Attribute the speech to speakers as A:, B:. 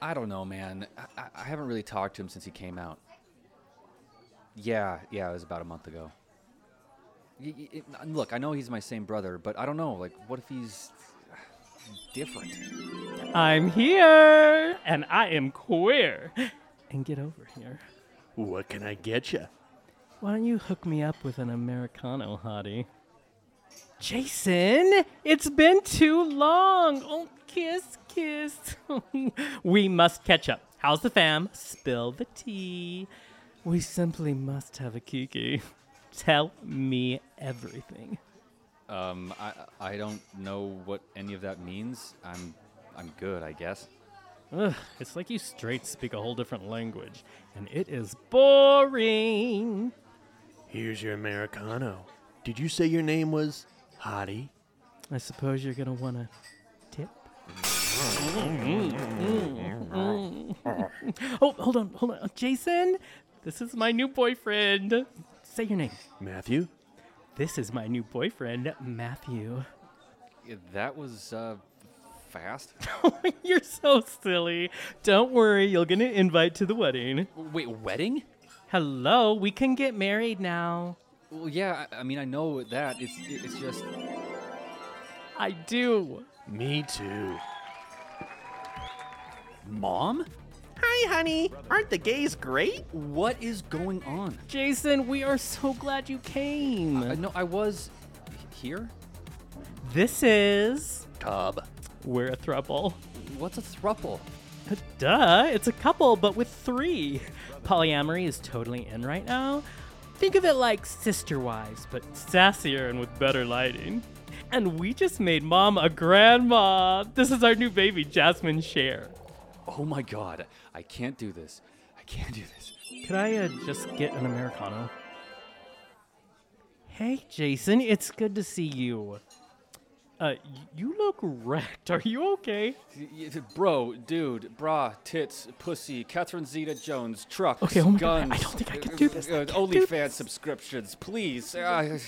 A: I don't know, man. I, I- I haven't really talked to him since he came out. Yeah, yeah, it was about a month ago. Y- y- it- and look, I know he's my same brother, but I don't know. Like, what if he's different?
B: I'm here, and I am queer. And get over here.
C: What can I get you?
B: Why don't you hook me up with an Americano hottie? Jason, it's been too long. Oh, kiss, kiss. we must catch up. How's the fam? Spill the tea. We simply must have a kiki. Tell me everything.
A: Um, I I don't know what any of that means. I'm I'm good, I guess.
B: Ugh, it's like you straight speak a whole different language, and it is boring.
C: Here's your Americano. Did you say your name was Hottie?
B: I suppose you're gonna wanna tip. Mm-hmm. oh, hold on, hold on, Uh, Jason. This is my new boyfriend. Say your name.
C: Matthew?
B: This is my new boyfriend, Matthew.
A: Yeah, That was uh, fast.
B: you're so silly. Don't worry, you'll get an invite to the wedding.
A: Wait, wedding?
B: Hello, we can get married now.
A: Well, yeah. I, I mean, I know that. It's it's just
B: I do.
C: Me too.
A: mom.
D: Hi, honey. Aren't the gays great?
A: What is going on?
B: Jason, we are so glad you came.
A: I know I was h- here.
B: this is.
C: Tub.
B: We're a throuple.
A: What's a thruple?
B: Duh, it's a couple, but with three. Polyamory is totally in right now. Think of it like sister wives, but sassier and with better lighting. And we just made mom a grandma. This is our new baby, Jasmine Share.
A: Oh my god, I can't do this. I can't do this.
B: Could I uh, just get an Americano? Hey, Jason, it's good to see you. Uh, y- you look wrecked. Are you okay?
A: Y- y- Bro, dude, bra, tits, pussy, Catherine Zeta Jones, trucks,
B: Okay, oh my
A: guns.
B: God, I don't think I can do this. I
A: Uh,
B: can't do
A: OnlyFans
B: this.
A: subscriptions, please. Uh,